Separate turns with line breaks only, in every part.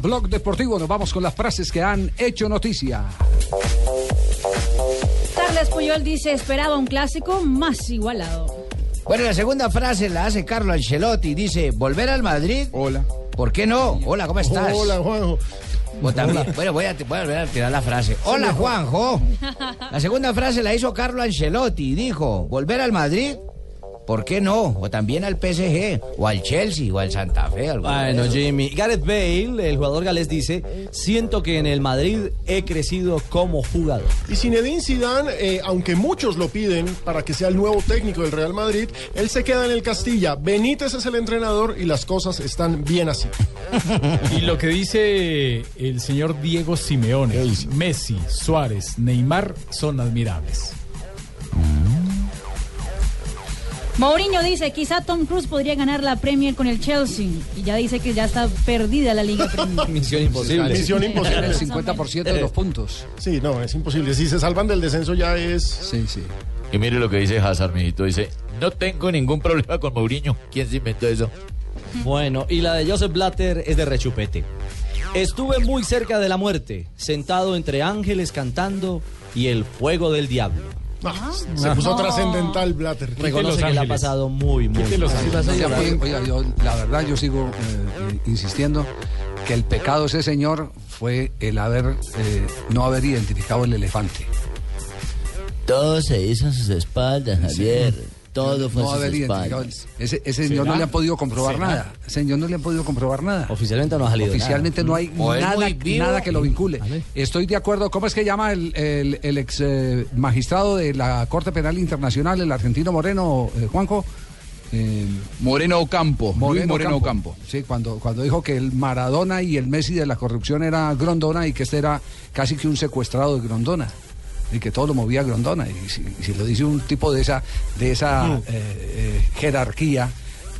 Blog Deportivo, nos vamos con las frases que han hecho noticia.
Carles Puyol dice, esperaba un clásico más igualado.
Bueno, la segunda frase la hace Carlo Ancelotti. Dice, volver al Madrid.
Hola.
¿Por qué no? Hola, ¿cómo estás?
Hola, Juanjo.
O también- bueno, voy a, voy a volver a tirar la frase. Hola, Juanjo. La segunda frase la hizo Carlo Ancelotti y dijo, volver al Madrid. ¿Por qué no? O también al PSG, o al Chelsea, o al Santa Fe. algo de
Bueno,
eso.
Jimmy. Gareth Bale, el jugador galés, dice: Siento que en el Madrid he crecido como jugador.
Y Zinedine Zidane, eh, aunque muchos lo piden para que sea el nuevo técnico del Real Madrid, él se queda en el Castilla. Benítez es el entrenador y las cosas están bien así.
Y lo que dice el señor Diego Simeone, Messi, Suárez, Neymar son admirables.
Mourinho dice, quizá Tom Cruise podría ganar la Premier con el Chelsea. Y ya dice que ya está perdida la Liga Premier.
Misión imposible.
Misión
El
imposible.
50% de los puntos.
Sí, no, es imposible. Si se salvan del descenso ya es...
Sí, sí.
Y mire lo que dice Hazard, mijito. Dice, no tengo ningún problema con Mourinho. ¿Quién se inventó eso?
Bueno, y la de Joseph Blatter es de rechupete. Estuve muy cerca de la muerte, sentado entre ángeles cantando y el fuego del diablo.
Ah, se puso trascendental Blatter.
Reconoce que le ha
Ángeles.
pasado muy, muy
Quite Los
mal.
Ángeles.
Oiga, oiga, oiga, yo, la verdad yo sigo eh, eh, insistiendo que el pecado de ese señor fue el haber eh, no haber identificado el elefante.
Todo se hizo en sus espaldas, Javier. Todo
No haber identificado. el- Ese, ese señor no
¿Será?
le han podido comprobar
¿Será?
nada. Ese señor no le han podido comprobar nada.
Oficialmente no ha salido.
Oficialmente no hay
O es
nada,
muy vivo.
nada que lo vincule.
Vale.
Estoy de acuerdo. ¿Cómo es que llama el, el- el ex eh, magistrado de la Corte Penal Internacional, el argentino Moreno, eh, Juanjo? Eh,
Moreno Ocampo. Luis Moreno
Ocampo.
Ocampo.
Sí, cuando, cuando dijo que el Maradona y el Messi de la corrupción era Grondona y que este era casi que un secuestrado de Grondona. Y que todo lo movía Grondona. Y si, y si lo dice un tipo de esa, de esa eh, eh, jerarquía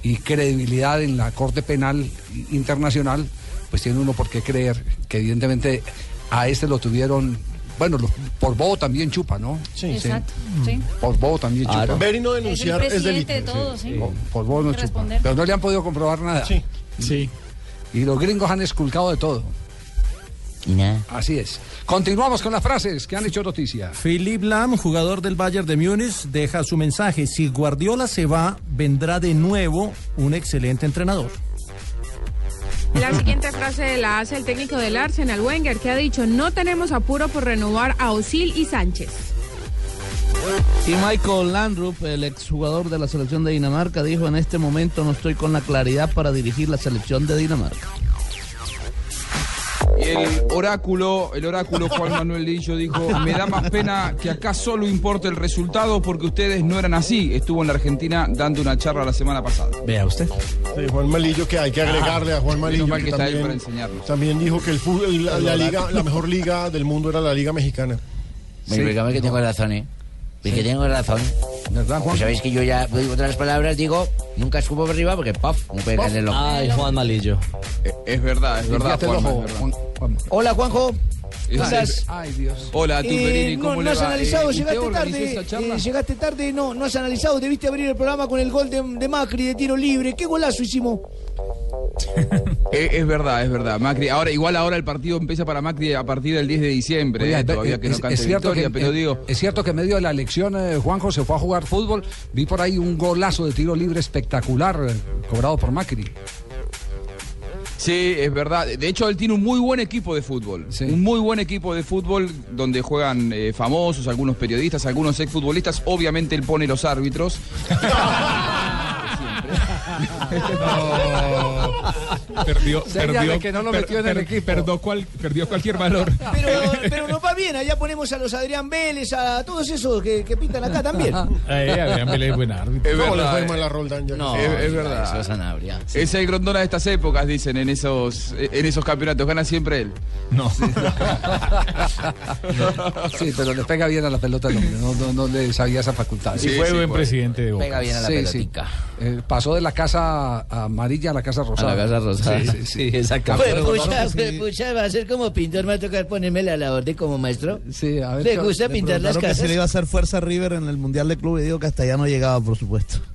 y credibilidad en la Corte Penal Internacional, pues tiene uno por qué creer que evidentemente a este lo tuvieron, bueno, lo- por bobo también chupa, ¿no?
Sí.
Exacto, sí.
Por bobo también
Claro.
chupa.
Ver y no
Es el
denunciar es, delito.
presidente de todos, ¿sí?
Por, por bobo no
Hay que
chupa.
responder.
Pero no le han podido comprobar nada.
Sí.
Sí.
Y los gringos han esculcado de todo.
Y nada.
Así es. Continuamos con las frases que han hecho noticia.
Philip Lam, jugador del Bayern de Múnich, deja su mensaje. Si Guardiola se va, vendrá de nuevo un excelente entrenador.
La siguiente frase la hace el técnico del Arsenal, Wenger, que ha dicho, no tenemos apuro por renovar a Osil y Sánchez.
Y Michael Landrup, el exjugador de la selección de Dinamarca, dijo, en este momento no estoy con la claridad para dirigir la selección de Dinamarca.
Y el oráculo, el oráculo Juan Manuel Lillo dijo, me da más pena que acá solo importe el resultado porque ustedes no eran así. Estuvo en la Argentina dando una charla la semana pasada.
Vea usted.
Sí, Juan Malillo, que hay que agregarle a Juan Malillo.
mal
que
que está ahí
también,
para enseñarnos.
también dijo que el fútbol- la, la liga, la mejor liga del mundo era la liga mexicana.
Me dígame que tengo razón, ¿eh? Pues que tengo razón.
¿Verdad, Juan?
Pues sabéis que yo ya, pues, otras palabras, digo, nunca subo para arriba porque, puff, un pez en el ojo.
Ay, Juan Malillo.
Eh, Es verdad, es verdad,
Limpiate el
Juanma,
ojo,
es verdad.
Juan- Juan.
Hola, Juanjo.
Es-
Entonces,
Ay, Dios.
Hola,
Eh,
Tumberini, ¿cómo
no,
le
no has
va?
analizado,
Eh, ¿usted
llegaste
organiza esta
tarde,
charla?
eh, llegaste tarde, no, no has analizado, debiste abrir el programa con el gol de, de Macri de tiro libre, qué golazo hicimos.
Eh, es verdad, es verdad. Macri, ahora igual ahora el partido empieza para Macri a partir del 10 de diciembre,
Oiga,
eh, todavía que no cante victoria,
que,
pero
eh,
digo,
es cierto que en medio de la elección eh, Juanjo se fue a jugar fútbol. Vi por ahí un golazo de tiro libre espectacular eh, cobrado por Macri.
sí, es verdad. De hecho, él tiene un muy buen equipo de fútbol.
Sí.
Un muy buen equipo de fútbol donde juegan eh, famosos, algunos periodistas, algunos exfutbolistas. Obviamente él pone los árbitros.
Perdió,
Séñale
perdió,
que no lo metió en el equipo.
Perdió, cual- perdió cualquier valor.
Pero, pero nos va bien, allá ponemos a los Adrián Vélez, a todos esos que, que pintan acá también.
Eh, Adrián Vélez es buen árbitro.
Es
verdad,
le fue
eh.
mal a Roldán ya.
No, Es- es no, verdad. eso es Es el Grondona de estas épocas, dicen en esos, eh, en esos campeonatos. Gana siempre él.
No.
Sí, pero le pega bien a la pelota el hombre, no, no, no le sabía esa facultad.
Sí, pues. Y fue sí, buen por- presidente de Boca. pega bien a la
pelotica. pasó de la casa amarilla a la casa rosada.
la casa rosada.
Sí, sí, sí.
Fue
Pero
pucha,
Barroso
fue
sí-
pucha, va a ser como pintor, me va a tocar ponerme la labor de como maestro.
Sí, a
¿Le gusta pintar las
preguntaron que
casas?
se le iba a hacer fuerza a River en el Mundial de Club y digo que hasta allá no llegaba, por supuesto.